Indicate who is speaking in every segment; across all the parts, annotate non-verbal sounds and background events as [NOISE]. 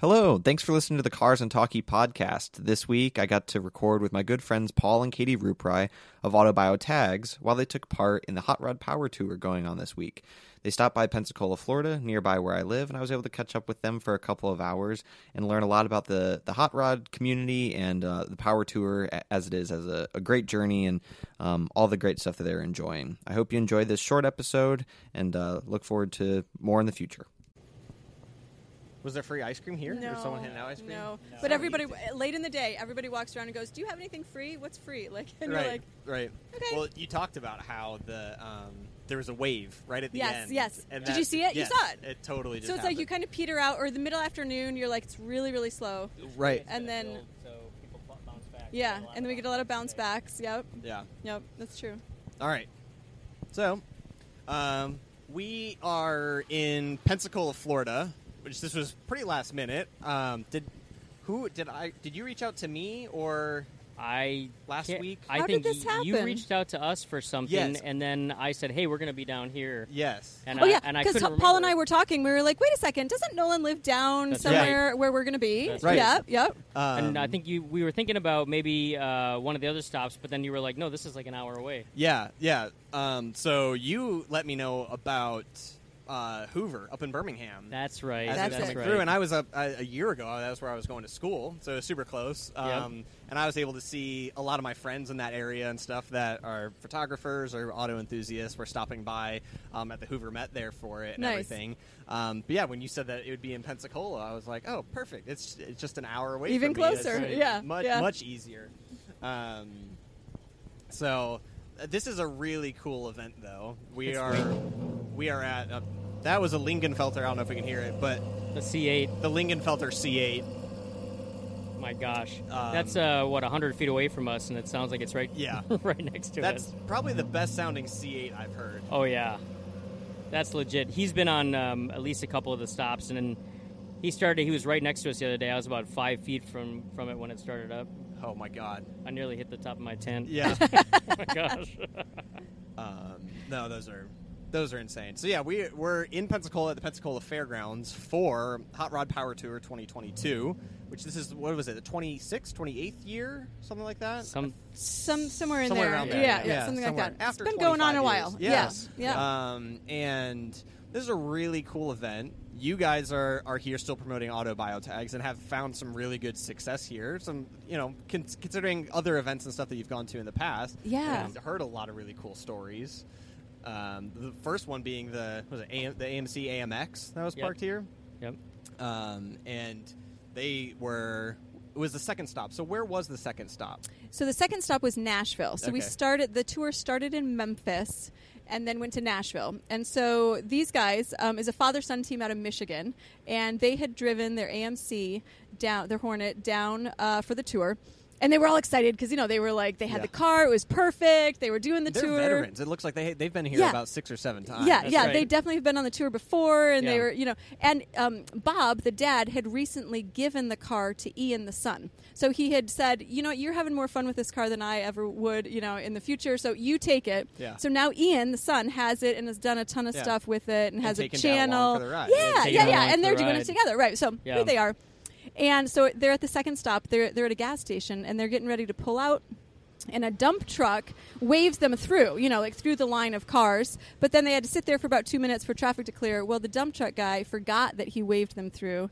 Speaker 1: Hello, thanks for listening to the Cars and Talkie podcast. This week, I got to record with my good friends Paul and Katie Rupri of Autobio Tags while they took part in the Hot Rod Power Tour going on this week. They stopped by Pensacola, Florida, nearby where I live, and I was able to catch up with them for a couple of hours and learn a lot about the, the hot rod community and uh, the power tour a- as it is, as a, a great journey and um, all the great stuff that they're enjoying. I hope you enjoyed this short episode and uh, look forward to more in the future. Was there free ice cream here? Or
Speaker 2: No.
Speaker 1: someone handing out ice cream?
Speaker 2: No. But everybody, eh, late in the day, everybody walks around and goes, "Do you have anything free? What's free?" [LAUGHS] Like, and
Speaker 3: right,
Speaker 2: you're like,
Speaker 3: right.
Speaker 2: okay.
Speaker 3: Well, you talked about how the um, there was a wave right at the
Speaker 2: Yes,
Speaker 3: end.
Speaker 2: yes. Did you see it? You
Speaker 3: yes,
Speaker 2: saw it.
Speaker 3: It totally just.
Speaker 2: so it's like you kind of peter out, or the middle afternoon, you're like, it's really, really slow.
Speaker 3: of right.
Speaker 2: And then-
Speaker 4: build, so people bu- bounce back.
Speaker 2: Yeah, and then we get a lot of bounce
Speaker 4: back.
Speaker 2: backs. Yep,
Speaker 3: Yeah.
Speaker 2: yep, that's true.
Speaker 3: All right. So, um, we are in Pensacola, Florida, which this was pretty last minute. Um, did who did I did you reach out to me or
Speaker 4: I
Speaker 3: Last
Speaker 4: can't-
Speaker 3: week?
Speaker 4: I
Speaker 2: How did
Speaker 4: think
Speaker 2: this
Speaker 4: y- you
Speaker 2: happen?
Speaker 4: reached out to us for something,
Speaker 3: Yes.
Speaker 4: and then I said, "Hey, we're going to be down here."
Speaker 3: yes?
Speaker 4: And
Speaker 2: oh
Speaker 4: I,
Speaker 2: yeah,
Speaker 4: and I
Speaker 2: because
Speaker 4: couldn't
Speaker 2: Paul and I
Speaker 4: remember.
Speaker 2: were talking. We were like, "Wait a second, doesn't Nolan live down
Speaker 4: That's
Speaker 2: somewhere where we're going to be?"
Speaker 4: That's
Speaker 3: right.
Speaker 2: Yep, yep.
Speaker 3: Um,
Speaker 4: and I think you we were thinking about maybe uh, one of the other stops, but then you were like, "No, this is like an hour away."
Speaker 3: Yeah, yeah. Um, so you let me know about uh, Hoover up in Birmingham.
Speaker 4: That's right.
Speaker 3: as
Speaker 2: That's
Speaker 3: that's
Speaker 2: it.
Speaker 3: coming
Speaker 4: right.
Speaker 3: through. And I was up a, a year ago. That was where I was going to school, so it was super close.
Speaker 4: Yeah.
Speaker 3: Um, And I was able to see a lot of my friends in that area and stuff that are photographers or auto enthusiasts. were stopping by um, at the Hoover Met there for it and
Speaker 2: Nice.
Speaker 3: everything. Um, but yeah, when you said that it would be in Pensacola, I was like, oh, perfect. It's it's just an hour away.
Speaker 2: Even
Speaker 3: from me. It's
Speaker 2: closer.
Speaker 3: really
Speaker 2: Yeah,
Speaker 3: much
Speaker 2: yeah.
Speaker 3: much easier. Um, so uh, this is a really cool event, though. We
Speaker 4: It's
Speaker 3: are we are at. A, that was a Lingenfelter. I don't know if we can hear it, but
Speaker 4: the C8.
Speaker 3: the Lingenfelter C8.
Speaker 4: My gosh,
Speaker 3: Um,
Speaker 4: that's uh, what hundred feet away from us, and it sounds like it's right,
Speaker 3: Yeah.
Speaker 4: [LAUGHS] right next to
Speaker 3: That's
Speaker 4: us.
Speaker 3: probably the best sounding C8 I've heard.
Speaker 4: Oh yeah, that's legit. He's been on um, at least a couple of the stops, and then he started. He was right next to us the other day. I was about five feet from from it when it started up.
Speaker 3: Oh my god.
Speaker 4: I nearly hit the top of my tent.
Speaker 3: [LAUGHS] Yeah.
Speaker 4: [LAUGHS] oh my gosh.
Speaker 3: [LAUGHS] um, no, those are those are insane. So yeah, we we're in Pensacola at the Pensacola Fairgrounds for Hot Rod Power Tour 2022, which this is what was it, the 26th, 28th year, something like that.
Speaker 4: Some
Speaker 2: Some somewhere in
Speaker 3: somewhere
Speaker 2: there.
Speaker 3: around there.
Speaker 2: Yeah, yeah, something
Speaker 3: somewhere.
Speaker 2: like that.
Speaker 3: After
Speaker 2: it's been going
Speaker 3: 25
Speaker 2: on a
Speaker 3: years.
Speaker 2: while.
Speaker 3: Yes.
Speaker 2: Yeah, yeah.
Speaker 3: Um, and this is a really cool event. You guys are, are here still promoting auto biotags and have found some really good success here. Some, you know, con- considering other events and stuff that you've gone to in the past.
Speaker 2: Yeah.
Speaker 3: I've heard a lot of really cool stories. Um, the first one being the was it AM, the AMC AMX that was
Speaker 4: Yep.
Speaker 3: parked here,
Speaker 4: yep.
Speaker 3: um, and they were it was the second stop. So where was the second stop?
Speaker 2: So the second stop was Nashville. So we
Speaker 3: Okay.
Speaker 2: started the tour started in Memphis and then went to Nashville. And so these guys um, is a father son team out of Michigan, and they had driven their AMC down their Hornet down uh, for the tour. And they were all excited because you know they were like they had
Speaker 3: Yeah.
Speaker 2: the car, it was perfect. They were doing the
Speaker 3: They're
Speaker 2: tour.
Speaker 3: veterans. It looks like they they've been here
Speaker 2: Yeah.
Speaker 3: about six or seven times.
Speaker 2: Yeah,
Speaker 4: That's
Speaker 2: yeah,
Speaker 4: right.
Speaker 2: they definitely have been on the tour before, and they
Speaker 4: Yeah.
Speaker 2: were, you know, and um, Bob, the dad, had recently given the car to Ian, the son. So he had said, you know, you're having more fun with this car than I ever would, you know, in the future. So you take it.
Speaker 3: Yeah.
Speaker 2: So now Ian, the son, has it and has done a ton of
Speaker 3: Yeah.
Speaker 2: stuff with it and has a
Speaker 3: taken down along
Speaker 2: channel.
Speaker 3: for the ride.
Speaker 2: Yeah,
Speaker 4: Taken
Speaker 2: yeah,
Speaker 4: down
Speaker 2: yeah,
Speaker 4: along for
Speaker 2: and they're
Speaker 4: the
Speaker 2: doing it
Speaker 4: ride.
Speaker 2: together, right? So
Speaker 4: Yeah.
Speaker 2: here they are, and so they're at the second stop. They're they're at a gas station and they're getting ready to pull out and a dump truck waves them through, you know, like through the line of cars. But then they had to sit there for about two minutes for traffic to clear. Well, the dump truck guy forgot that he waved them through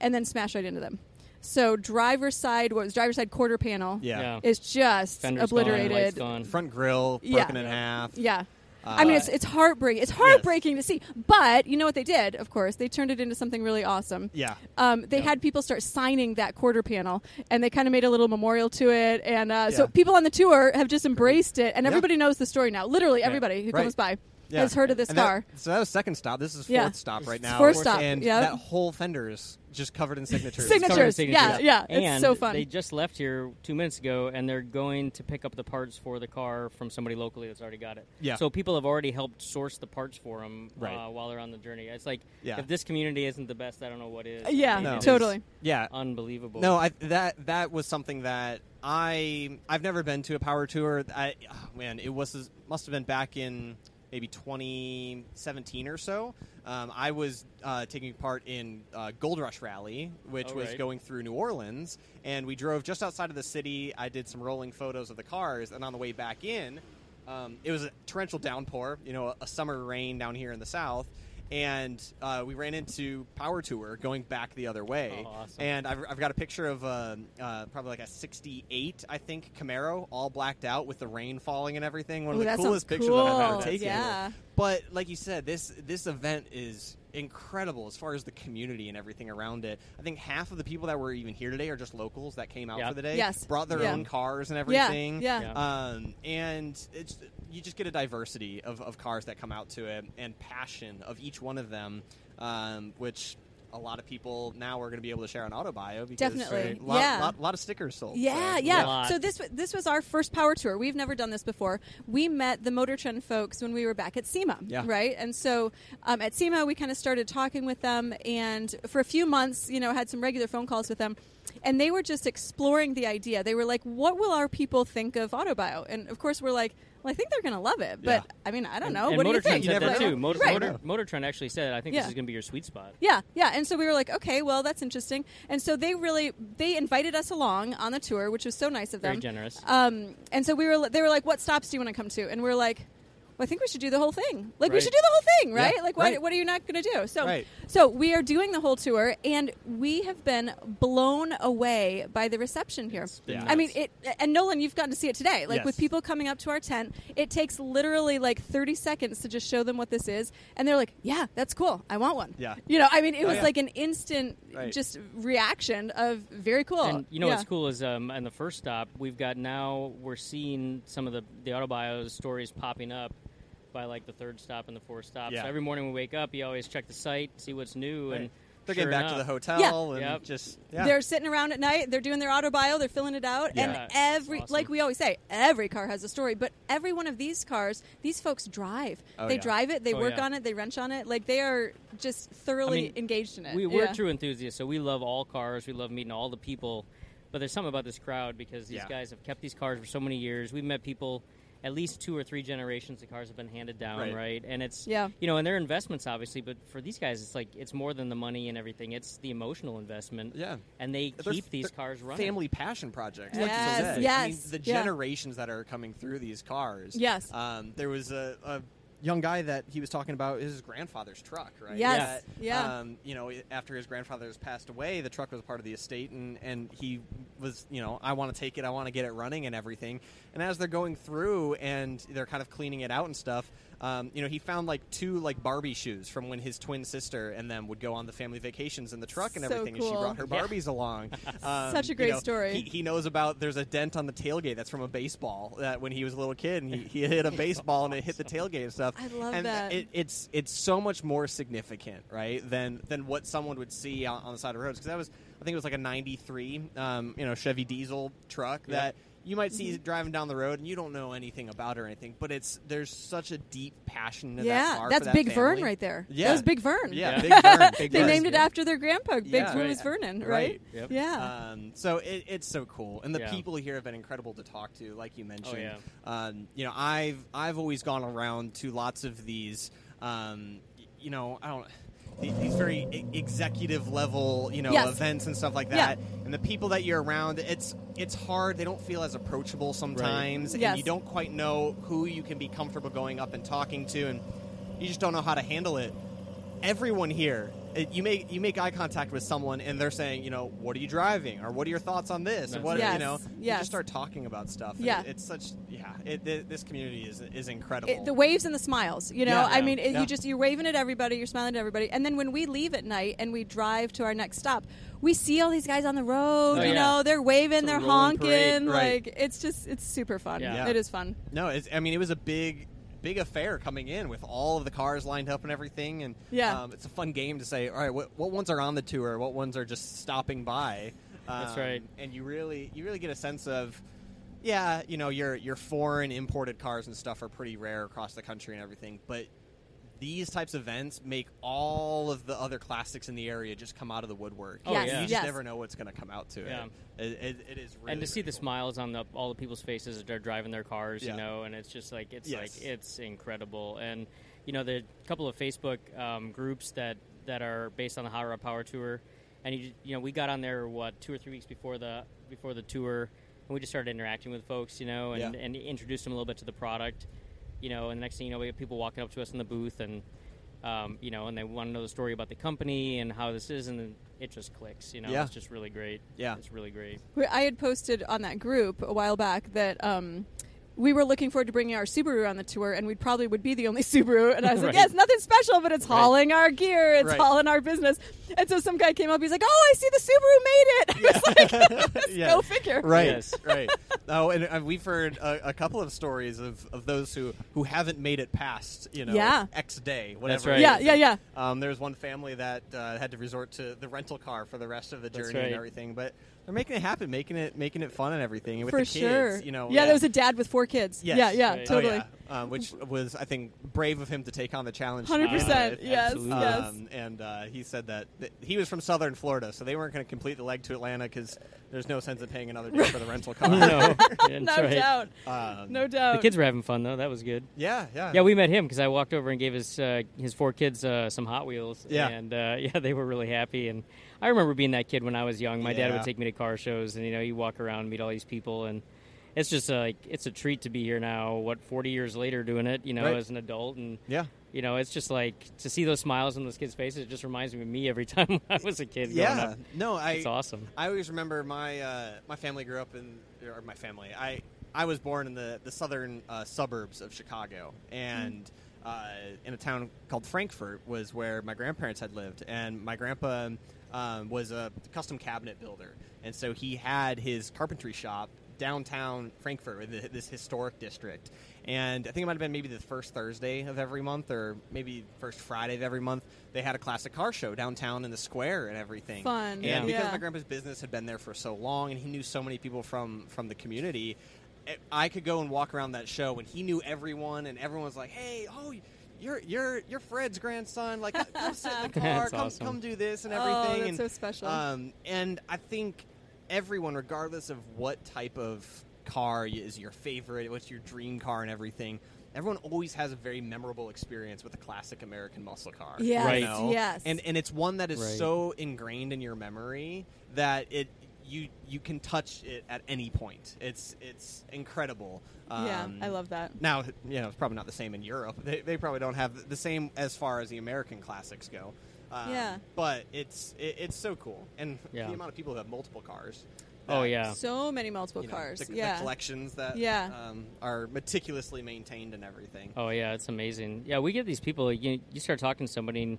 Speaker 2: and then smashed right into them. So driver's side, what was driver's side quarter panel
Speaker 3: yeah.
Speaker 4: Yeah.
Speaker 2: is just
Speaker 4: Fender's Gone, lights
Speaker 2: obliterated.
Speaker 4: gone. Uh,
Speaker 3: front grill
Speaker 2: Yeah.
Speaker 3: broken in half. Uh,
Speaker 2: Yeah. I mean, it's, it's heartbreaking. It's heartbreaking to see. But you know what they did, of course? They turned it into something really awesome.
Speaker 3: Yeah.
Speaker 2: Um, they had people start signing that quarter panel, and they kind of made a little memorial to it. And uh,
Speaker 3: Yeah.
Speaker 2: so people on the tour have just embraced it, and
Speaker 3: Yeah.
Speaker 2: everybody knows the story now. Literally, everybody who
Speaker 3: Right.
Speaker 2: comes by
Speaker 3: Yeah.
Speaker 2: has heard of this
Speaker 3: And that-
Speaker 2: car.
Speaker 3: so that was second stop. This is fourth
Speaker 2: Yeah.
Speaker 3: stop right
Speaker 4: It's
Speaker 3: now.
Speaker 2: fourth stop,
Speaker 3: And
Speaker 2: yeah.
Speaker 3: that whole fender is just covered in signatures.
Speaker 2: Signature-
Speaker 4: Covered in
Speaker 2: signatures. Yeah, yeah, it's
Speaker 4: And
Speaker 2: so fun.
Speaker 4: They just left here two minutes ago, and they're going to pick up the parts for the car from somebody locally that's already got it.
Speaker 3: Yeah.
Speaker 4: So people have already helped source the parts for them
Speaker 3: Right.
Speaker 4: uh, while they're on the journey. It's like
Speaker 3: Yeah.
Speaker 4: if this community isn't the best, I don't know what is.
Speaker 2: Yeah,
Speaker 4: I mean,
Speaker 3: No.
Speaker 4: it is
Speaker 2: totally.
Speaker 3: Yeah.
Speaker 4: Unbelievable.
Speaker 3: No, I, that that was something that I I've never been to a power tour. I oh, man, it was must have been back in maybe 2017 or so. Um, I was uh, taking part in uh, Gold Rush Rally, which
Speaker 4: Oh,
Speaker 3: was
Speaker 4: right.
Speaker 3: going through New Orleans, and we drove just outside of the city. I did some rolling photos of the cars, and on the way back in, um, it was a torrential downpour, you know, a, a summer rain down here in the south. And uh, we ran into Power Tour going back the other way.
Speaker 4: Oh, awesome.
Speaker 3: And I've, I've got a picture of um uh, probably like a 68, I think, Camaro, all blacked out with the rain falling and everything. One
Speaker 2: Ooh,
Speaker 3: of the
Speaker 2: that
Speaker 3: coolest
Speaker 2: sounds
Speaker 3: pictures I've
Speaker 2: cool.
Speaker 3: ever taken.
Speaker 2: Yeah.
Speaker 3: But like you said, this this event is incredible as far as the community and everything around it. I think half of the people that were even here today are just locals that came out
Speaker 4: Yeah.
Speaker 3: for the day.
Speaker 2: Yes.
Speaker 3: Brought their
Speaker 2: Yeah.
Speaker 3: own cars and
Speaker 2: Yeah,
Speaker 3: everything.
Speaker 2: yeah.
Speaker 4: Yeah.
Speaker 3: Um, and it's you just get a diversity of, of cars that come out to it and passion of each one of them, um, which a lot of people now are going to be able to share on Autobio because
Speaker 2: Definitely.
Speaker 3: a lot,
Speaker 2: Yeah.
Speaker 3: lot, lot of stickers sold.
Speaker 2: Yeah,
Speaker 3: So,
Speaker 2: yeah.
Speaker 4: lot.
Speaker 2: So this wa- this was our first power tour. We've never done this before. We met the Motor Trend folks when we were back at SEMA,
Speaker 3: Yeah.
Speaker 2: right? And so um, at SEMA, we kind of started talking with them, and for a few months, you know, had some regular phone calls with them, and they were just exploring the idea. They were like, "What will our people think of Autobio?" And of course, we're like, "Well, I think they're going to love it," but
Speaker 3: Yeah.
Speaker 2: I mean, I don't
Speaker 4: And-
Speaker 2: know.
Speaker 4: And
Speaker 2: what do you
Speaker 4: Motor
Speaker 2: think?
Speaker 4: Trend said
Speaker 2: Right.
Speaker 4: that too. Motor,
Speaker 2: right.
Speaker 4: Motor, Motor Trend actually said, "I think
Speaker 2: Yeah.
Speaker 4: this is going to be your sweet spot."
Speaker 2: Yeah, yeah. And so we were like, okay, well, that's interesting. And so they really they invited us along on the tour, which was so nice of them.
Speaker 4: Very generous.
Speaker 2: Um, and so we were they were like, what stops do you want to come to? And we are like. Well, I think we should do the whole thing. Like we
Speaker 4: Right.
Speaker 2: should do the whole thing, right?
Speaker 3: Yeah,
Speaker 2: like why,
Speaker 3: right.
Speaker 2: what are you not going to do? So
Speaker 3: Right.
Speaker 2: so we are doing the whole tour and we have been blown away by the reception here.
Speaker 4: been
Speaker 2: I
Speaker 4: nuts.
Speaker 2: mean, it and Nolan, you've gotten to see it today. Like
Speaker 3: Yes.
Speaker 2: with people coming up to our tent, it takes literally like 30 seconds to just show them what this is and they're like, "Yeah, that's cool. I want one."
Speaker 3: Yeah.
Speaker 2: You know, I mean, it
Speaker 3: Oh,
Speaker 2: was
Speaker 3: yeah.
Speaker 2: like an instant
Speaker 3: Right.
Speaker 2: just reaction of very cool.
Speaker 4: And you know
Speaker 2: yeah.
Speaker 4: what's cool is um, on the first stop, we've got now we're seeing some of the the autobios stories popping up by like the third stop and the fourth stop.
Speaker 3: Yeah.
Speaker 4: So every morning we wake up, you always check the site, see what's new,
Speaker 3: Right.
Speaker 4: and
Speaker 3: They're
Speaker 4: sure
Speaker 3: getting back to the
Speaker 4: enough-
Speaker 3: hotel
Speaker 2: Yeah.
Speaker 3: and
Speaker 4: Yep.
Speaker 3: just yeah.
Speaker 2: They're sitting around at night, they're doing their auto bio, they're filling it out,
Speaker 4: Yeah.
Speaker 2: and every
Speaker 4: Awesome.
Speaker 2: like we always say, every car has a story, but every one of these cars, these folks drive.
Speaker 3: Oh,
Speaker 2: they
Speaker 3: yeah.
Speaker 2: drive it, they
Speaker 4: Oh,
Speaker 2: work
Speaker 4: yeah.
Speaker 2: on it, they wrench on it. Like they are just thoroughly
Speaker 4: I mean,
Speaker 2: engaged in it.
Speaker 4: We, we're
Speaker 2: Yeah.
Speaker 4: true enthusiasts, so we love all cars. We love meeting all the people. But there's something about this crowd because these
Speaker 3: Yeah.
Speaker 4: guys have kept these cars for so many years. We've met people at least two or three generations. The cars have been handed down,
Speaker 3: Right.
Speaker 4: right? And it's
Speaker 2: Yeah.
Speaker 4: you know, and their investments obviously. But for these guys, it's like it's more than the money and everything. It's the emotional investment.
Speaker 3: Yeah.
Speaker 4: and they
Speaker 3: They're-
Speaker 4: keep these
Speaker 3: they're
Speaker 4: cars running.
Speaker 3: Family passion projects. like you
Speaker 2: Yes,
Speaker 3: said. I mean,
Speaker 2: yes,
Speaker 3: the
Speaker 2: yeah.
Speaker 3: generations that are coming through these cars.
Speaker 2: Yes.
Speaker 3: Um, there was a, a young guy that he was talking about his grandfather's truck, right? That,
Speaker 2: Yes, yeah.
Speaker 3: Um, you know, after his grandfather has passed away, the truck was part of the estate, and and he was, you know, I want to take it, I want to get it running and everything. And as they're going through and they're kind of cleaning it out and stuff. Um, you know, he found like two like Barbie shoes from when his twin sister and them would go on the family vacations in the truck and
Speaker 2: So
Speaker 3: everything. And she
Speaker 2: cool.
Speaker 3: brought her
Speaker 4: Yeah.
Speaker 3: Barbies
Speaker 4: [LAUGHS]
Speaker 3: along. Um,
Speaker 2: Such a great
Speaker 3: you know,
Speaker 2: story.
Speaker 3: He, he knows about there's a dent on the tailgate that's from a baseball that when he was a little kid and he, he
Speaker 2: [LAUGHS]
Speaker 3: hit a baseball and it hit the tailgate and stuff.
Speaker 2: I love
Speaker 3: and
Speaker 2: that.
Speaker 3: It, it's it's so much more significant, right, than than what someone would see on, on the side of the roads because that was I think it was like a '93, um, you know, Chevy diesel truck
Speaker 4: Yeah.
Speaker 3: that. You might see
Speaker 2: Mm-hmm.
Speaker 3: driving down the road, and you don't know anything about it or anything, but it's there's such a deep passion. In
Speaker 2: yeah,
Speaker 3: that car for
Speaker 2: that's
Speaker 3: that
Speaker 2: Big
Speaker 3: family.
Speaker 2: Vern right there.
Speaker 3: Yeah.
Speaker 2: That was Big Vern.
Speaker 3: Yeah,
Speaker 4: Yeah.
Speaker 3: Big
Speaker 2: [LAUGHS]
Speaker 3: Vern. Big
Speaker 2: they
Speaker 3: Vern.
Speaker 2: named it
Speaker 4: yeah.
Speaker 2: after their grandpa, Big
Speaker 3: Yeah.
Speaker 2: Vern
Speaker 4: Right.
Speaker 2: was Vernon, right?
Speaker 3: Right.
Speaker 4: Yep.
Speaker 2: Yeah.
Speaker 3: Um, so it, it's so cool, and the
Speaker 4: Yeah. Oh,
Speaker 3: people here have been incredible to talk to. Like you mentioned,
Speaker 4: yeah.
Speaker 3: um, you know, I've I've always gone around to lots of these, um, y- you know, I don't. These these very e- executive level, you know,
Speaker 2: Yes.
Speaker 3: events and stuff like
Speaker 2: Yeah.
Speaker 3: that, and the people that you're around, it's it's hard. They don't feel as approachable sometimes, and
Speaker 2: Yes.
Speaker 3: you don't quite know who you can be comfortable going up and talking to, and you just don't know how to handle it everyone here it- you make you make eye contact with someone and they're saying you know what are you driving or what are your thoughts on this or
Speaker 4: That's
Speaker 3: what
Speaker 2: right.
Speaker 3: you know
Speaker 2: Yes,
Speaker 3: you
Speaker 2: yes.
Speaker 3: just start talking about stuff And
Speaker 2: Yeah.
Speaker 3: it- it's such yeah it, th- this community is is incredible
Speaker 2: It, the waves and the smiles, you know.
Speaker 3: Yeah.
Speaker 2: I mean, it,
Speaker 3: Yeah.
Speaker 2: you just you're waving at everybody, you're smiling at everybody, and then when we leave at night and we drive to our next stop, we see all these guys on the road.
Speaker 4: Oh,
Speaker 2: you
Speaker 4: yeah.
Speaker 2: know, they're waving,
Speaker 4: It's a
Speaker 2: they're
Speaker 4: rolling
Speaker 2: honking.
Speaker 4: parade,
Speaker 3: right.
Speaker 2: Like it's just it's super fun.
Speaker 4: Yeah.
Speaker 3: Yeah.
Speaker 2: It is fun.
Speaker 3: no it's, i mean it was a big big affair coming in with all of the cars lined up and everything and
Speaker 2: Yeah.
Speaker 3: um, it's a fun game to say all right what, what ones are on the tour what ones are just stopping by um,
Speaker 4: That's right.
Speaker 3: and you really you really get a sense of yeah you know your your foreign imported cars and stuff are pretty rare across the country and everything but these types of events make all of the other classics in the area just come out of the woodwork.
Speaker 4: Oh, Yes,
Speaker 3: You
Speaker 4: yeah.
Speaker 3: just
Speaker 2: yes.
Speaker 3: never know what's going to come out to
Speaker 4: Yeah.
Speaker 3: it. It, it. it is really
Speaker 4: and to see
Speaker 3: really
Speaker 4: the
Speaker 3: cool.
Speaker 2: [LAUGHS]
Speaker 4: smiles on the, all the people's faces as they're driving their cars,
Speaker 3: Yeah.
Speaker 4: you know, and it's just like it's
Speaker 3: Yes.
Speaker 4: like it's incredible. And you know, the couple of Facebook um, groups that that are based on the Hot Rod Power Tour, and you, you know, we got on there what two or three weeks before the before the tour, and we just started interacting with folks, you know, and,
Speaker 3: Yeah.
Speaker 4: and introduced them a little bit to the product, you know, and the next thing you know, we have people walking up to us in the booth and. Um, you know, and they want to know the story about the company and how this is, and it just clicks. You know,
Speaker 3: Yeah.
Speaker 4: it's just really great.
Speaker 3: Yeah.
Speaker 4: it's really great.
Speaker 2: Where I had posted on that group a while back that um, we were looking forward to bringing our Subaru on the tour, and we probably would be the only [LAUGHS] Subaru. And I was like,
Speaker 4: Right.
Speaker 2: "Yes, nothing special, but it's hauling our gear, it's
Speaker 3: Right.
Speaker 2: hauling our business." And so some guy came up, he's like, "Oh, I see the Subaru made it." [LAUGHS] I was like,
Speaker 3: [LAUGHS] Yeah.
Speaker 2: "Go figure."
Speaker 3: Right,
Speaker 4: Yes.
Speaker 3: right. Oh, and uh, we've heard a, a couple of stories of, of those who, who haven't made it past, you know,
Speaker 2: Yeah.
Speaker 3: X day, whatever.
Speaker 4: That's
Speaker 3: it
Speaker 4: right.
Speaker 2: Yeah,
Speaker 3: is.
Speaker 2: yeah, yeah.
Speaker 3: Um, there was one family that uh, had to resort to the rental car for the rest of the
Speaker 4: That's
Speaker 3: journey and
Speaker 4: right.
Speaker 3: everything, but they're making it happen, making it making it fun and everything. And with
Speaker 2: For
Speaker 3: the kids,
Speaker 2: sure.
Speaker 3: you know,
Speaker 2: yeah, there was a dad with four kids.
Speaker 3: Yes.
Speaker 2: Yeah, yeah,
Speaker 4: Right.
Speaker 3: Oh,
Speaker 2: totally.
Speaker 3: yeah. Um, which was, I think, brave of him to take on the challenge.
Speaker 2: 100%,
Speaker 3: Uh,
Speaker 2: yes,
Speaker 3: absolutely.
Speaker 2: yes.
Speaker 3: Um, and uh, he said that, that he was from Southern Florida, so they weren't going to complete the leg to Atlanta because there's no sense in paying another day for the rental car.
Speaker 4: [LAUGHS] no,
Speaker 2: [LAUGHS] No doubt.
Speaker 3: Um,
Speaker 2: No doubt.
Speaker 4: The kids were having fun though. That was good.
Speaker 3: Yeah, yeah,
Speaker 4: Yeah, we met him because I walked over and gave his uh, his four kids uh, some Hot Wheels.
Speaker 3: Yeah.
Speaker 4: and uh, [LAUGHS] yeah, they were really happy. And I remember being that kid when I was young. My dad
Speaker 3: Yeah.
Speaker 4: would take me to car shows, and you know, you walk around, and meet all these people, and it's just uh, like it's a treat to be here now. What forty years later, doing it, you know,
Speaker 3: Right.
Speaker 4: as an adult, and
Speaker 3: yeah.
Speaker 4: you know, it's just like to see those smiles on those kids' faces. It just reminds me of me every [LAUGHS] time I was a kid. growing
Speaker 3: Yeah.
Speaker 4: up.
Speaker 3: No, I.
Speaker 4: it's awesome.
Speaker 3: I always remember my uh, my family grew up in or my family. I I was born in the the southern uh, suburbs of Chicago, and uh, in a town called Frankfurt was where my grandparents had lived, and my grandpa. Um, was a custom cabinet builder, and so he had his carpentry shop downtown Frankfurt, th- this historic district. And I think it might have been maybe the first Thursday of every month, or maybe first Friday of every month. They had a classic car show downtown in the square and everything.
Speaker 2: Fun,
Speaker 3: And because
Speaker 2: yeah.
Speaker 3: my grandpa's business had been there for so long, and he knew so many people from from the community, I- I could go and walk around that show, and he knew everyone, and everyone was like, "Hey, oh." You're, you're, you're Fred's grandson. Like,
Speaker 2: [LAUGHS]
Speaker 3: come sit in the car.
Speaker 4: That's
Speaker 3: come,
Speaker 4: awesome.
Speaker 3: come do this and
Speaker 2: Oh,
Speaker 3: everything.
Speaker 2: that's
Speaker 3: and,
Speaker 2: so special.
Speaker 3: Um, and I think everyone, regardless of what type of car y- is your favorite, what's your dream car, and everything, everyone always has a very memorable experience with a classic American muscle car. you
Speaker 2: Yes,
Speaker 4: Right.
Speaker 3: know?
Speaker 2: yes.
Speaker 3: And and it's one that is
Speaker 4: Right.
Speaker 3: so ingrained in your memory that it you you can touch it at any point. It's it's incredible.
Speaker 2: yeah,
Speaker 3: Um,
Speaker 2: I love that.
Speaker 3: Now you know it's probably not the same in Europe. They, they probably don't have the same as far as the American classics go. Um,
Speaker 2: Yeah.
Speaker 3: but it's it, it's so cool, and
Speaker 4: Yeah.
Speaker 3: the amount of people who have multiple cars.
Speaker 4: Oh
Speaker 3: that,
Speaker 4: yeah,
Speaker 2: So many multiple
Speaker 3: you know,
Speaker 2: cars.
Speaker 3: the, the
Speaker 2: yeah.
Speaker 3: collections that
Speaker 2: Yeah.
Speaker 3: um, are meticulously maintained and everything.
Speaker 4: Oh yeah, it's amazing. Yeah, we get these people. You, you start talking to somebody, and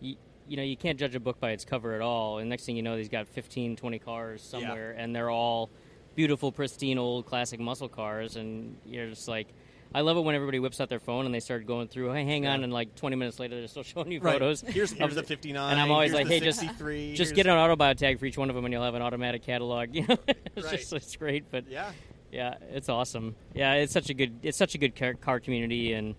Speaker 4: you, you know you can't judge a book by its cover at all. And next thing you know, he's got 15, 20 cars
Speaker 3: Yeah.
Speaker 4: somewhere, and they're all beautiful, pristine, old, classic muscle cars. And you're just like, I love it when everybody whips out their phone and they start going through. Hey, hang on,
Speaker 3: Yeah.
Speaker 4: and like twenty minutes later, they're still [LAUGHS] showing you
Speaker 3: Right.
Speaker 4: photos.
Speaker 3: Here's,
Speaker 4: of
Speaker 3: here's
Speaker 4: the-
Speaker 3: a 59.
Speaker 4: and I'm always
Speaker 3: here's
Speaker 4: like,
Speaker 3: the
Speaker 4: hey, just
Speaker 3: 63,
Speaker 4: just
Speaker 3: here's-
Speaker 4: get an auto bio tag for each one of them, and you'll have an automatic catalog. [LAUGHS] You know, it's
Speaker 3: Right.
Speaker 4: just it's great, but
Speaker 3: Yeah.
Speaker 4: yeah, it's awesome. Yeah, it's such a good it's such a good car, car community, and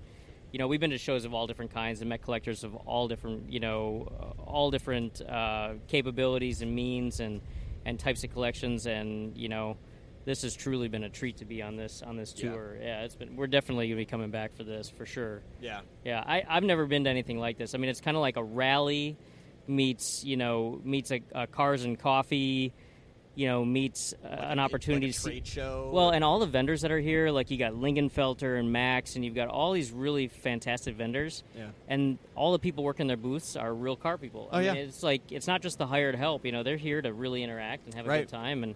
Speaker 4: you know we've been to shows of all different kinds and met collectors of all different you know uh, all different uh, capabilities and means and and types of collections, and you know this has truly been a treat to be on this on this
Speaker 3: Yeah.
Speaker 4: tour. Yeah, it's been we're definitely gonna be coming back for this for sure.
Speaker 3: Yeah.
Speaker 4: Yeah, I, I've never been to anything like this. I mean, it's kind of like a rally meets, you know, meets a, a cars and coffee, you know, meets uh,
Speaker 3: Like a-
Speaker 4: an opportunity
Speaker 3: like a
Speaker 4: to
Speaker 3: trade
Speaker 4: see.
Speaker 3: show.
Speaker 4: Well, and all the vendors that are here, like you got Lingenfelter and Max, and you've got all these really fantastic vendors.
Speaker 3: Yeah.
Speaker 4: And all the people working their booths are real car people. I
Speaker 3: Oh,
Speaker 4: mean,
Speaker 3: yeah.
Speaker 4: It's like it's not just the hired help. You know, they're here to really interact and have a
Speaker 3: Right.
Speaker 4: good time, and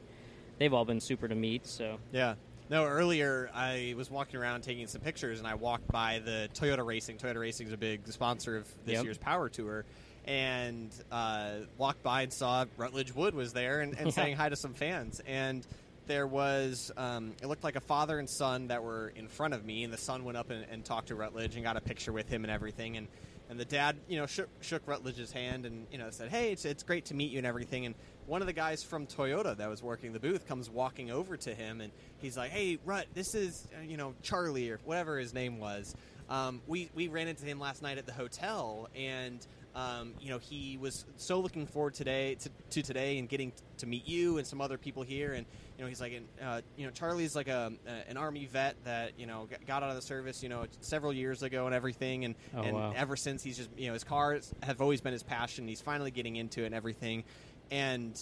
Speaker 4: they've all been super to meet. So
Speaker 3: Yeah. No, earlier I was walking around taking some pictures, and I walked by the Toyota Racing. Toyota Racing is a big sponsor of this
Speaker 4: Yep.
Speaker 3: year's Power Tour, and uh, walked by and saw Rutledge Wood was there and, and saying hi to some fans. And there was, um, it looked like a father and son that were in front of me, and the son went up and, and talked to Rutledge and got a picture with him and everything. And and the dad, you know, shook, shook Rutledge's hand and you know said, "Hey, it's it's great to meet you and everything." And one of the guys from Toyota that was working the booth comes walking over to him and he's like, "Hey, Rut, this is uh, you know Charlie or whatever his name was. Um, we we ran into him last night at the hotel and." Um, you know, he was so looking forward today to, to today and getting t- to meet you and some other people here. And you know, he's like, an, uh, you know, Charlie's like a, a an army vet that you know g- got out of the service, you know, several years ago and everything. And
Speaker 4: Oh,
Speaker 3: and
Speaker 4: wow.
Speaker 3: ever since he's just you know his cars have always been his passion. He's finally getting into it and everything. And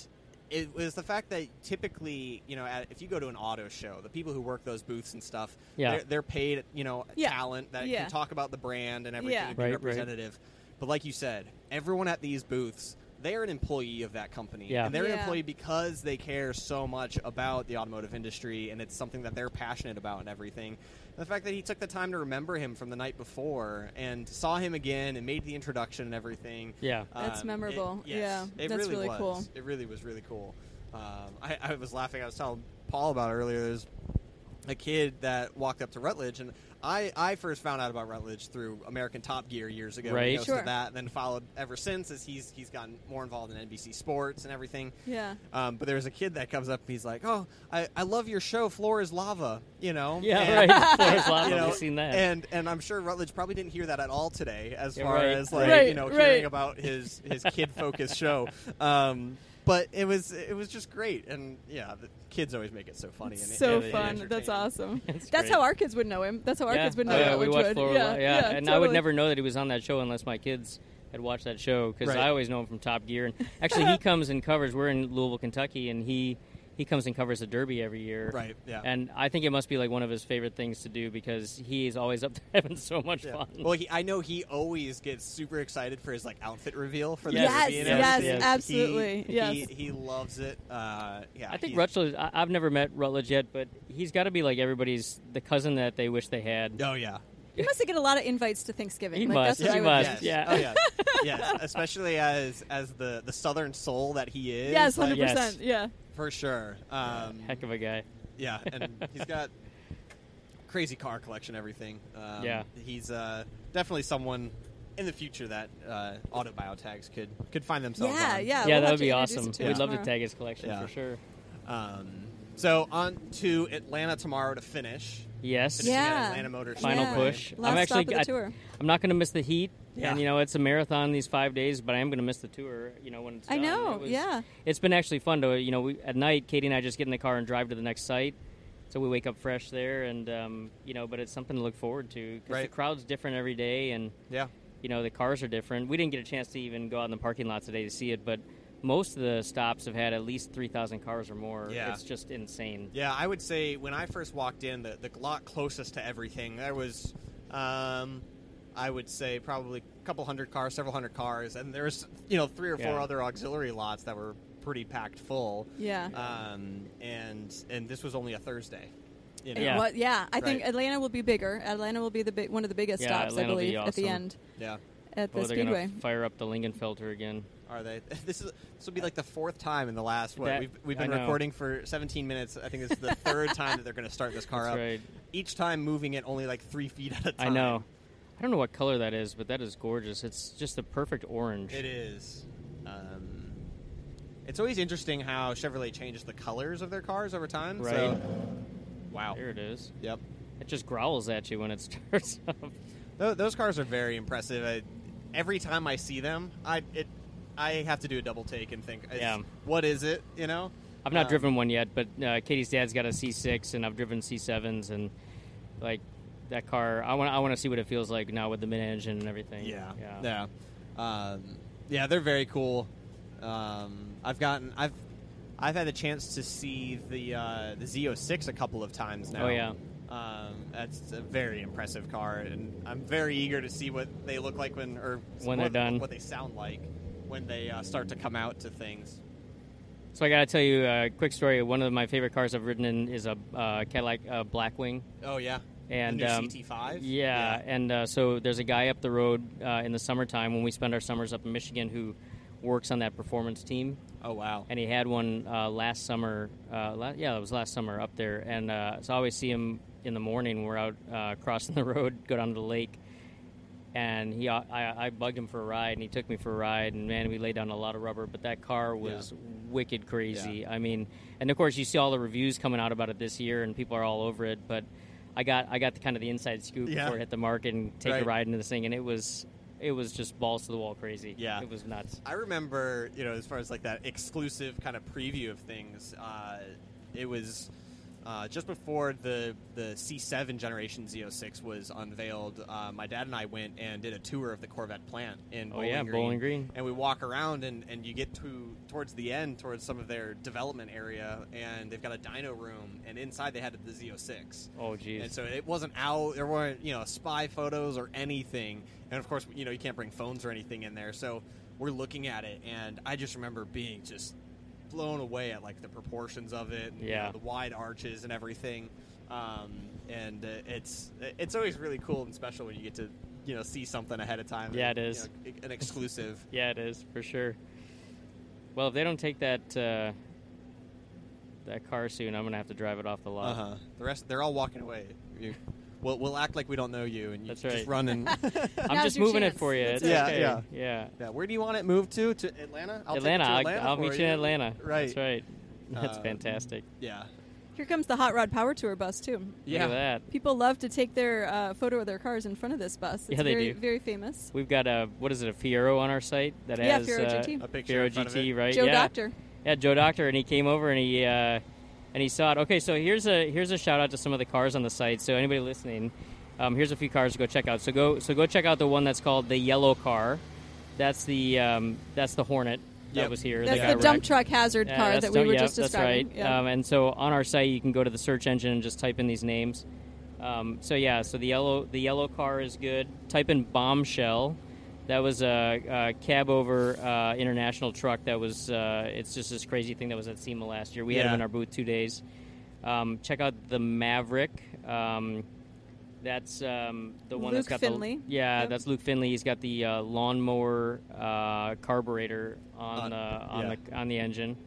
Speaker 3: it was the fact that typically you know at, if you go to an auto show, the people who work those booths and stuff,
Speaker 4: Yeah.
Speaker 3: they're, they're paid you know
Speaker 2: Yeah.
Speaker 3: talent that
Speaker 2: Yeah.
Speaker 3: can talk about the brand and everything
Speaker 2: Yeah.
Speaker 3: and be
Speaker 4: Right, right.
Speaker 3: representative. But like you said, everyone at these booths. They're an employee of that company,
Speaker 4: Yeah.
Speaker 3: and they're an
Speaker 2: Yeah.
Speaker 3: employee because they care so much about the automotive industry, and it's something that they're passionate about and everything. And the fact that he took the time to remember him from the night before and saw him again and made the introduction and everything. um,
Speaker 4: Yeah.
Speaker 2: That's memorable.
Speaker 3: it- yes,
Speaker 2: Yeah,
Speaker 3: it
Speaker 2: that's
Speaker 3: really,
Speaker 2: really
Speaker 3: was.
Speaker 2: cool.
Speaker 3: It really was really cool. Um, I, I was laughing. I was telling Paul about it earlier. There's a kid that walked up to Rutledge, and I, I first found out about Rutledge through American Top Gear years ago.
Speaker 4: Right.
Speaker 3: He hosted
Speaker 2: Sure.
Speaker 3: that, and then followed ever since as he's he's gotten more involved in NBC Sports and everything.
Speaker 2: Yeah.
Speaker 3: Um, but there's a kid that comes up and he's like, "Oh, I, I love your show, Floor is Lava." You know,
Speaker 4: Yeah,
Speaker 3: And- [LAUGHS]
Speaker 4: right. Floor's lava.
Speaker 3: you know,
Speaker 4: We've seen that.
Speaker 3: And and I'm sure Rutledge probably didn't hear that at all today, as
Speaker 4: Yeah,
Speaker 3: far
Speaker 4: right.
Speaker 3: as like
Speaker 2: Right,
Speaker 3: you know
Speaker 2: right.
Speaker 3: hearing about his
Speaker 4: [LAUGHS]
Speaker 3: his kid focused show. Um, but it was it was just great, and yeah, the kids always make it so funny. And
Speaker 2: so
Speaker 3: and
Speaker 2: fun.
Speaker 3: entertaining.
Speaker 2: That's awesome.
Speaker 4: [LAUGHS] It's
Speaker 2: That's
Speaker 4: great.
Speaker 2: how our kids would know him. That's how our
Speaker 4: yeah.
Speaker 2: kids would know
Speaker 4: Oh, yeah,
Speaker 2: Rutledge
Speaker 4: we watched
Speaker 2: would.
Speaker 4: Floor
Speaker 2: yeah,
Speaker 4: yeah,
Speaker 2: yeah,
Speaker 4: and I
Speaker 2: totally.
Speaker 4: would never know that he was on that show unless my kids had watched that show because
Speaker 3: Right.
Speaker 4: I always know him from Top Gear. And
Speaker 2: [LAUGHS]
Speaker 4: actually, he comes and covers. We're in Louisville, Kentucky, and he he comes and covers the Derby every year.
Speaker 3: Right, yeah.
Speaker 4: And I think it must be like one of his favorite things to do because he's always up there [LAUGHS] having so much
Speaker 3: Yeah.
Speaker 4: fun.
Speaker 3: Well, he, I know he always gets super excited for his like outfit reveal for the
Speaker 4: Yes,
Speaker 3: movie and
Speaker 4: yes,
Speaker 3: everything.
Speaker 4: yes,
Speaker 2: absolutely,
Speaker 3: He,
Speaker 2: yes.
Speaker 3: he, he loves it. Uh, yeah,
Speaker 4: I think
Speaker 3: he's-
Speaker 4: Rutledge. I, I've never met Rutledge yet, but he's got to be like everybody's the cousin that they wish they had.
Speaker 3: Oh yeah,
Speaker 2: He must get a lot of invites to Thanksgiving.
Speaker 4: He
Speaker 2: like,
Speaker 4: must,
Speaker 2: That's what
Speaker 4: he
Speaker 2: I would guess.
Speaker 4: must, yeah.
Speaker 3: Oh,
Speaker 4: [LAUGHS]
Speaker 3: yes. yes, especially as as the the southern soul that he is.
Speaker 2: Yes,
Speaker 3: like,
Speaker 2: hundred percent. Yeah.
Speaker 3: for sure. Um,
Speaker 4: Heck of a guy.
Speaker 3: yeah, and he's got crazy car collection, everything. Um,
Speaker 4: Yeah.
Speaker 3: he's uh, definitely someone in the future that uh, auto biotags could could find themselves.
Speaker 2: Yeah,
Speaker 3: on.
Speaker 2: yeah.
Speaker 4: yeah,
Speaker 2: we'll
Speaker 4: that
Speaker 2: have
Speaker 4: would
Speaker 2: to
Speaker 4: be
Speaker 2: introduce
Speaker 4: awesome.
Speaker 2: him to
Speaker 4: We'd
Speaker 2: him
Speaker 4: love to
Speaker 2: tomorrow.
Speaker 4: tag his collection
Speaker 3: Yeah.
Speaker 4: for sure.
Speaker 3: Um, so on to Atlanta tomorrow to finish.
Speaker 4: Yes.
Speaker 3: Finishing at
Speaker 2: Yeah.
Speaker 3: Atlanta Motor Speedway.
Speaker 4: final
Speaker 2: Yeah.
Speaker 4: push.
Speaker 2: Last
Speaker 4: I'm actually
Speaker 2: stop of the
Speaker 4: I,
Speaker 2: tour.
Speaker 4: am not going to miss the heat.
Speaker 3: Yeah.
Speaker 4: And you know it's a marathon these five days, but I am going to miss the tour. You know when it's
Speaker 2: I
Speaker 4: done.
Speaker 2: know,
Speaker 4: It was-
Speaker 2: yeah.
Speaker 4: It's been actually fun to you know we, at night Katie and I just get in the car and drive to the next site, so we wake up fresh there and um, you know but it's something to look forward to because the
Speaker 3: Right.
Speaker 4: crowd's different every day and
Speaker 3: Yeah,
Speaker 4: you know the cars are different. We didn't get a chance to even go out in the parking lot today to see it, but most of the stops have had at least three thousand cars or more.
Speaker 3: Yeah.
Speaker 4: It's just insane.
Speaker 3: yeah. I would say when I first walked in, the the lot closest to everything there was. Um, I would say probably a couple hundred cars, several hundred cars, and there was you know three or four
Speaker 4: Yeah.
Speaker 3: other auxiliary lots that were pretty packed full.
Speaker 2: Yeah.
Speaker 3: um, and and this was only a Thursday. You know?
Speaker 4: Yeah.
Speaker 2: Well, yeah. I think
Speaker 3: Right.
Speaker 2: Atlanta will be bigger. Atlanta will be the big, one of the biggest
Speaker 4: Yeah,
Speaker 2: stops,
Speaker 4: Atlanta
Speaker 2: I
Speaker 4: will be
Speaker 2: believe, at the
Speaker 4: awesome.
Speaker 2: end
Speaker 3: yeah.
Speaker 2: at the
Speaker 4: Oh, they're
Speaker 2: speedway.
Speaker 4: gonna fire up the Lincoln filter again.
Speaker 3: Are they? [LAUGHS] This is this will be like the fourth time in the last what
Speaker 4: That-
Speaker 3: we've, we've
Speaker 4: I
Speaker 3: been
Speaker 4: know.
Speaker 3: recording for 17 minutes. I think this is the
Speaker 4: [LAUGHS]
Speaker 3: third time that they're going to start this car
Speaker 4: That's
Speaker 3: up.
Speaker 4: right.
Speaker 3: Each time moving it only like three feet at a time.
Speaker 4: I know. I don't know what color that is, but that is gorgeous. It's just the perfect orange.
Speaker 3: It is. Um, it's always interesting how Chevrolet changes the colors of their cars over time.
Speaker 4: Right.
Speaker 3: So, wow.
Speaker 4: There it is.
Speaker 3: Yep.
Speaker 4: It just growls at you when it [LAUGHS] starts up.
Speaker 3: Those, those cars are very impressive. I, every time I see them, I it I have to do a double take and think, is-
Speaker 4: Yeah.
Speaker 3: what is it? You know.
Speaker 4: I've not
Speaker 3: Um,
Speaker 4: driven one yet, but uh, Katie's dad's got a C6, and I've driven C7s, and like that car, I want I want to see what it feels like now with the mid engine and everything.
Speaker 3: Yeah,
Speaker 4: yeah.
Speaker 3: yeah, um, yeah. They're very cool. Um, I've gotten, I've, I've had a chance to see the uh, the Z06 a couple of times now.
Speaker 4: Oh, yeah.
Speaker 3: um, that's a very impressive car, and I'm very eager to see what they look like when or
Speaker 4: When
Speaker 3: what-
Speaker 4: they're done.
Speaker 3: what they sound like when they uh, start to come out to things.
Speaker 4: So I got to tell you a quick story. One of my favorite cars I've ridden in is a uh, Cadillac uh, Blackwing.
Speaker 3: Oh yeah,
Speaker 4: and
Speaker 3: the new
Speaker 4: um,
Speaker 3: CT5.
Speaker 4: Yeah, and uh, so there's a guy up the road uh, in the summertime when we spend our summers up in Michigan who works on that performance team,
Speaker 3: Oh wow.
Speaker 4: and he had one uh, last summer. Uh, la- yeah, it was last summer up there, and uh, so I always see him in the morning when we're out uh, crossing the road, [LAUGHS] go down to the lake. And he, uh, I, I bugged him for a ride, and he took me for a ride, and man, we laid down a lot of rubber. But that car was wicked crazy. I mean, and of course, you see all the reviews coming out about it this year, and people are all over it. But I got I got the kind of the inside scoop
Speaker 3: Yeah.
Speaker 4: before it hit the market and take a
Speaker 3: Right.
Speaker 4: ride into this thing, and it was it was just balls to the wall crazy.
Speaker 3: Yeah.
Speaker 4: it was nuts.
Speaker 3: I remember, you know, as far as like that exclusive kind of preview of things, uh, it was uh, just before the the C7 generation Z06 was unveiled. Uh, my dad and I went and did a tour of the Corvette plant in
Speaker 4: Oh,
Speaker 3: Bowling
Speaker 4: yeah,
Speaker 3: Green,
Speaker 4: Bowling Green.
Speaker 3: and we walk around and, and you get to towards the end towards some of their development area, and they've got a dyno room, and inside they had the Z06.
Speaker 4: Oh geez.
Speaker 3: And so it wasn't out. There weren't you know spy photos or anything. And of course, you know you can't bring phones or anything in there. So we're looking at it, and I just remember being just blown away at like the proportions of it, and, you
Speaker 4: Yeah.
Speaker 3: know, the wide arches and everything. Um, and uh, it's it's always really cool and special when you get to you know see something ahead of time.
Speaker 4: Yeah, it
Speaker 3: you
Speaker 4: is.
Speaker 3: know, an
Speaker 4: [LAUGHS]
Speaker 3: exclusive.
Speaker 4: Yeah, it is for sure. Well, if they don't take that uh, that car soon, I'm gonna have to drive it off the lot.
Speaker 3: Uh huh. The rest they're all walking away. You, we'll, we'll act like we don't know you, and you
Speaker 4: That's right.
Speaker 3: just run and.
Speaker 4: [LAUGHS] I'm
Speaker 2: Now's
Speaker 4: just
Speaker 2: your
Speaker 4: moving
Speaker 2: chance.
Speaker 4: it for you.
Speaker 2: That's
Speaker 4: It's
Speaker 3: it. Yeah,
Speaker 4: okay.
Speaker 3: yeah.
Speaker 4: yeah.
Speaker 3: Yeah, where do you want it moved to? To Atlanta? I'll take it
Speaker 4: Atlanta.
Speaker 3: to
Speaker 4: I'll,
Speaker 3: Atlanta
Speaker 4: I'll
Speaker 3: for
Speaker 4: meet you
Speaker 3: you.
Speaker 4: in Atlanta.
Speaker 3: Right.
Speaker 4: That's right. [LAUGHS] That's
Speaker 3: Uh,
Speaker 4: fantastic.
Speaker 3: Yeah.
Speaker 2: Here comes the Hot Rod Power Tour bus too.
Speaker 4: Look at that.
Speaker 2: People love to take their uh, photo of their cars in front of this bus. It's
Speaker 4: Yeah, they
Speaker 2: very,
Speaker 4: do.
Speaker 2: Very famous.
Speaker 4: We've got a what is it a Fiero on our site that
Speaker 2: Yeah,
Speaker 4: has
Speaker 2: Fiero
Speaker 4: uh,
Speaker 2: GT. A
Speaker 3: picture
Speaker 4: Fiero
Speaker 3: in front of
Speaker 4: GT,
Speaker 3: it.
Speaker 4: right?
Speaker 2: Joe
Speaker 4: yeah.
Speaker 2: Doctor.
Speaker 4: Yeah, Joe Doctor, and he came over and he uh, and he saw it. Okay, so here's a here's a shout out to some of the cars on the site. So anybody listening, um, here's a few cars to go check out. So go so go check out the one that's called the yellow car. That's the um, that's the Hornet that
Speaker 3: Yep.
Speaker 4: was here. that
Speaker 2: That's
Speaker 4: got
Speaker 2: the dump
Speaker 4: wrecked.
Speaker 2: truck hazard
Speaker 4: Yeah,
Speaker 2: car
Speaker 4: that's
Speaker 2: that we
Speaker 4: no-
Speaker 2: were
Speaker 4: yeah,
Speaker 2: just describing.
Speaker 4: That's right.
Speaker 2: Yeah.
Speaker 4: Um, and so on our site, you can go to the search engine and just type in these names. Um, so yeah, so the yellow the yellow car is good. Type in bombshell. That was a, a cab over uh, international truck. That was uh, it's just this crazy thing that was at SEMA last year. We had
Speaker 3: Yeah.
Speaker 4: him in our booth two days. Um, check out the Maverick. Um, that's um, the one that's
Speaker 2: Luke
Speaker 4: got
Speaker 2: Finley.
Speaker 4: the yeah.
Speaker 2: Yep.
Speaker 4: That's Luke Finley. He's got the uh, lawnmower uh, carburetor on
Speaker 3: On-
Speaker 4: the on
Speaker 3: yeah.
Speaker 4: the on the engine.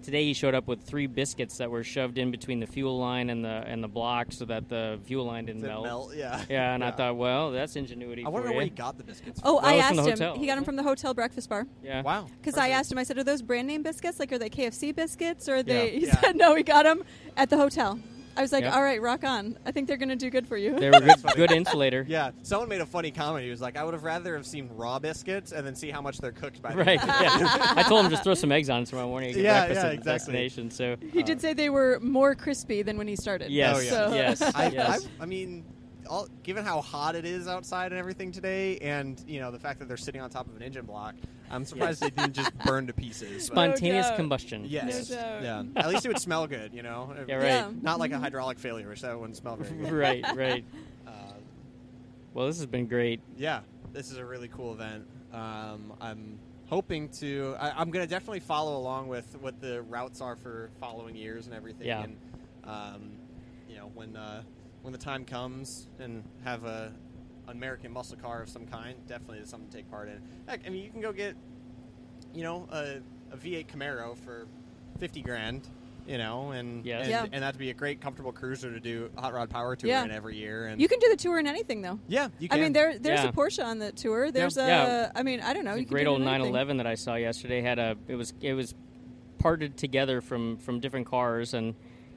Speaker 4: Today he showed up with three biscuits that were shoved in between the fuel line and the and the block so that the fuel line didn't
Speaker 3: Does it
Speaker 4: melt.
Speaker 3: melt? Yeah.
Speaker 4: [LAUGHS] Yeah, and I thought, well, that's ingenuity.
Speaker 3: I wonder
Speaker 4: for
Speaker 3: where
Speaker 4: you.
Speaker 3: he got the biscuits.
Speaker 2: oh,
Speaker 4: that
Speaker 2: I
Speaker 4: was from
Speaker 2: asked
Speaker 4: the
Speaker 2: him.
Speaker 4: hotel,
Speaker 2: he got them
Speaker 4: wasn't
Speaker 2: from the hotel breakfast bar.
Speaker 4: Yeah.
Speaker 3: Wow.
Speaker 2: Because I
Speaker 3: Perfect.
Speaker 2: asked him, I said, "Are those brand name biscuits? Like, are they KFC biscuits? Or are they?"
Speaker 4: Yeah.
Speaker 2: He
Speaker 3: Yeah.
Speaker 2: said, "No, we got them at the hotel." I was like,
Speaker 4: Yeah.
Speaker 2: "All right, rock on. I think they're going to do good for you." [LAUGHS]
Speaker 4: They were good,
Speaker 3: [LAUGHS]
Speaker 4: good insulator.
Speaker 3: Yeah. Someone made a funny comment. He was like, I would have rather have seen raw biscuits and then see how much they're cooked by the Oh,
Speaker 4: Right.
Speaker 3: end. [LAUGHS]
Speaker 4: Yeah. I told him just throw some eggs on it tomorrow morning. and get
Speaker 3: Yeah,
Speaker 4: breakfast
Speaker 3: yeah,
Speaker 4: at the
Speaker 3: exactly.
Speaker 4: Destination. So
Speaker 2: he did say they were more crispy than when he started.
Speaker 4: yes,
Speaker 3: Oh, yeah.
Speaker 2: So- [LAUGHS]
Speaker 4: yes,
Speaker 3: I,
Speaker 4: yes.
Speaker 3: I, I mean, all, given how hot it is outside and everything today, and, you know, the fact that they're sitting on top of an engine block, I'm surprised they didn't just burn to
Speaker 4: [LAUGHS]
Speaker 3: pieces. but-
Speaker 4: Spontaneous
Speaker 2: doubt.
Speaker 4: combustion.
Speaker 3: yes.
Speaker 2: No doubt.
Speaker 3: yeah. At least it would smell good, you know?
Speaker 4: [LAUGHS] Yeah, right.
Speaker 3: Not like a hydraulic failure, which that wouldn't smell very good.
Speaker 4: [LAUGHS] [LAUGHS] right, right.
Speaker 3: Uh,
Speaker 4: Well, this has been great.
Speaker 3: yeah, this is a really cool event. Um, I'm hoping to. I, I'm going to definitely follow along with what the routes are for following years and everything.
Speaker 4: Yeah.
Speaker 3: And um, you know, when uh, when the time comes and have a an American muscle car of some kind, definitely is something to take part in. Heck, I mean, you can go get you know a, a V8 Camaro for fifty grand. You know, and
Speaker 4: Yes.
Speaker 3: and,
Speaker 2: Yeah.
Speaker 3: and that'd be a great, comfortable cruiser to do hot rod power tour
Speaker 2: Yeah.
Speaker 3: in every year. And
Speaker 2: You can do the tour in anything, though.
Speaker 3: yeah, you
Speaker 2: I
Speaker 3: can.
Speaker 2: mean, there, there's
Speaker 4: Yeah.
Speaker 2: a Porsche on the tour. There's a I
Speaker 4: Yeah.
Speaker 2: mean, I don't know.
Speaker 4: The
Speaker 2: Oh, You can
Speaker 4: great
Speaker 2: do it
Speaker 4: old
Speaker 2: in anything. [LAUGHS]
Speaker 4: 911 that I saw yesterday had a it was it was parted together from from different cars and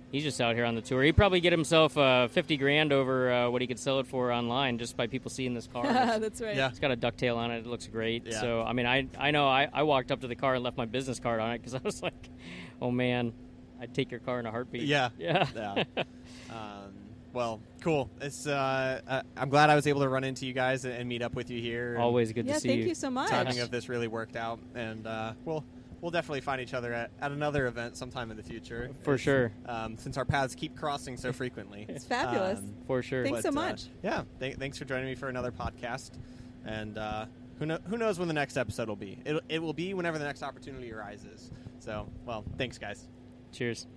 Speaker 4: he's just out here on the tour. He'd probably get himself uh, 50 grand over uh, what he could sell it for online just by people seeing this
Speaker 2: [LAUGHS]
Speaker 4: car. It's-
Speaker 2: That's right.
Speaker 3: Yeah.
Speaker 4: It's got a ducktail on it. It looks great.
Speaker 3: Yeah.
Speaker 4: So I mean, I I know I, I walked up to the car and left my business card on it because [LAUGHS] I was like, oh man, I'd take your car in a heartbeat.
Speaker 3: Yeah.
Speaker 4: yeah, [LAUGHS]
Speaker 3: yeah. Um, well, cool. It's uh, uh, I'm glad I was able to run into you guys and meet up with you here. And
Speaker 4: Always good
Speaker 2: Yeah,
Speaker 4: to see
Speaker 2: thank you so much.
Speaker 3: Timing of this really worked out, and uh, we'll we'll definitely find each other at, at another event sometime in the future.
Speaker 4: For
Speaker 3: It's,
Speaker 4: sure.
Speaker 3: Um, since our paths keep crossing so frequently.
Speaker 2: It's fabulous.
Speaker 3: Um,
Speaker 4: for sure.
Speaker 2: Thanks so
Speaker 3: uh,
Speaker 2: much.
Speaker 3: yeah. Th- thanks for joining me for another podcast. And uh, who know- who knows when the next episode will be? It it will be whenever the next opportunity arises. So, well, thanks, guys.
Speaker 4: Cheers.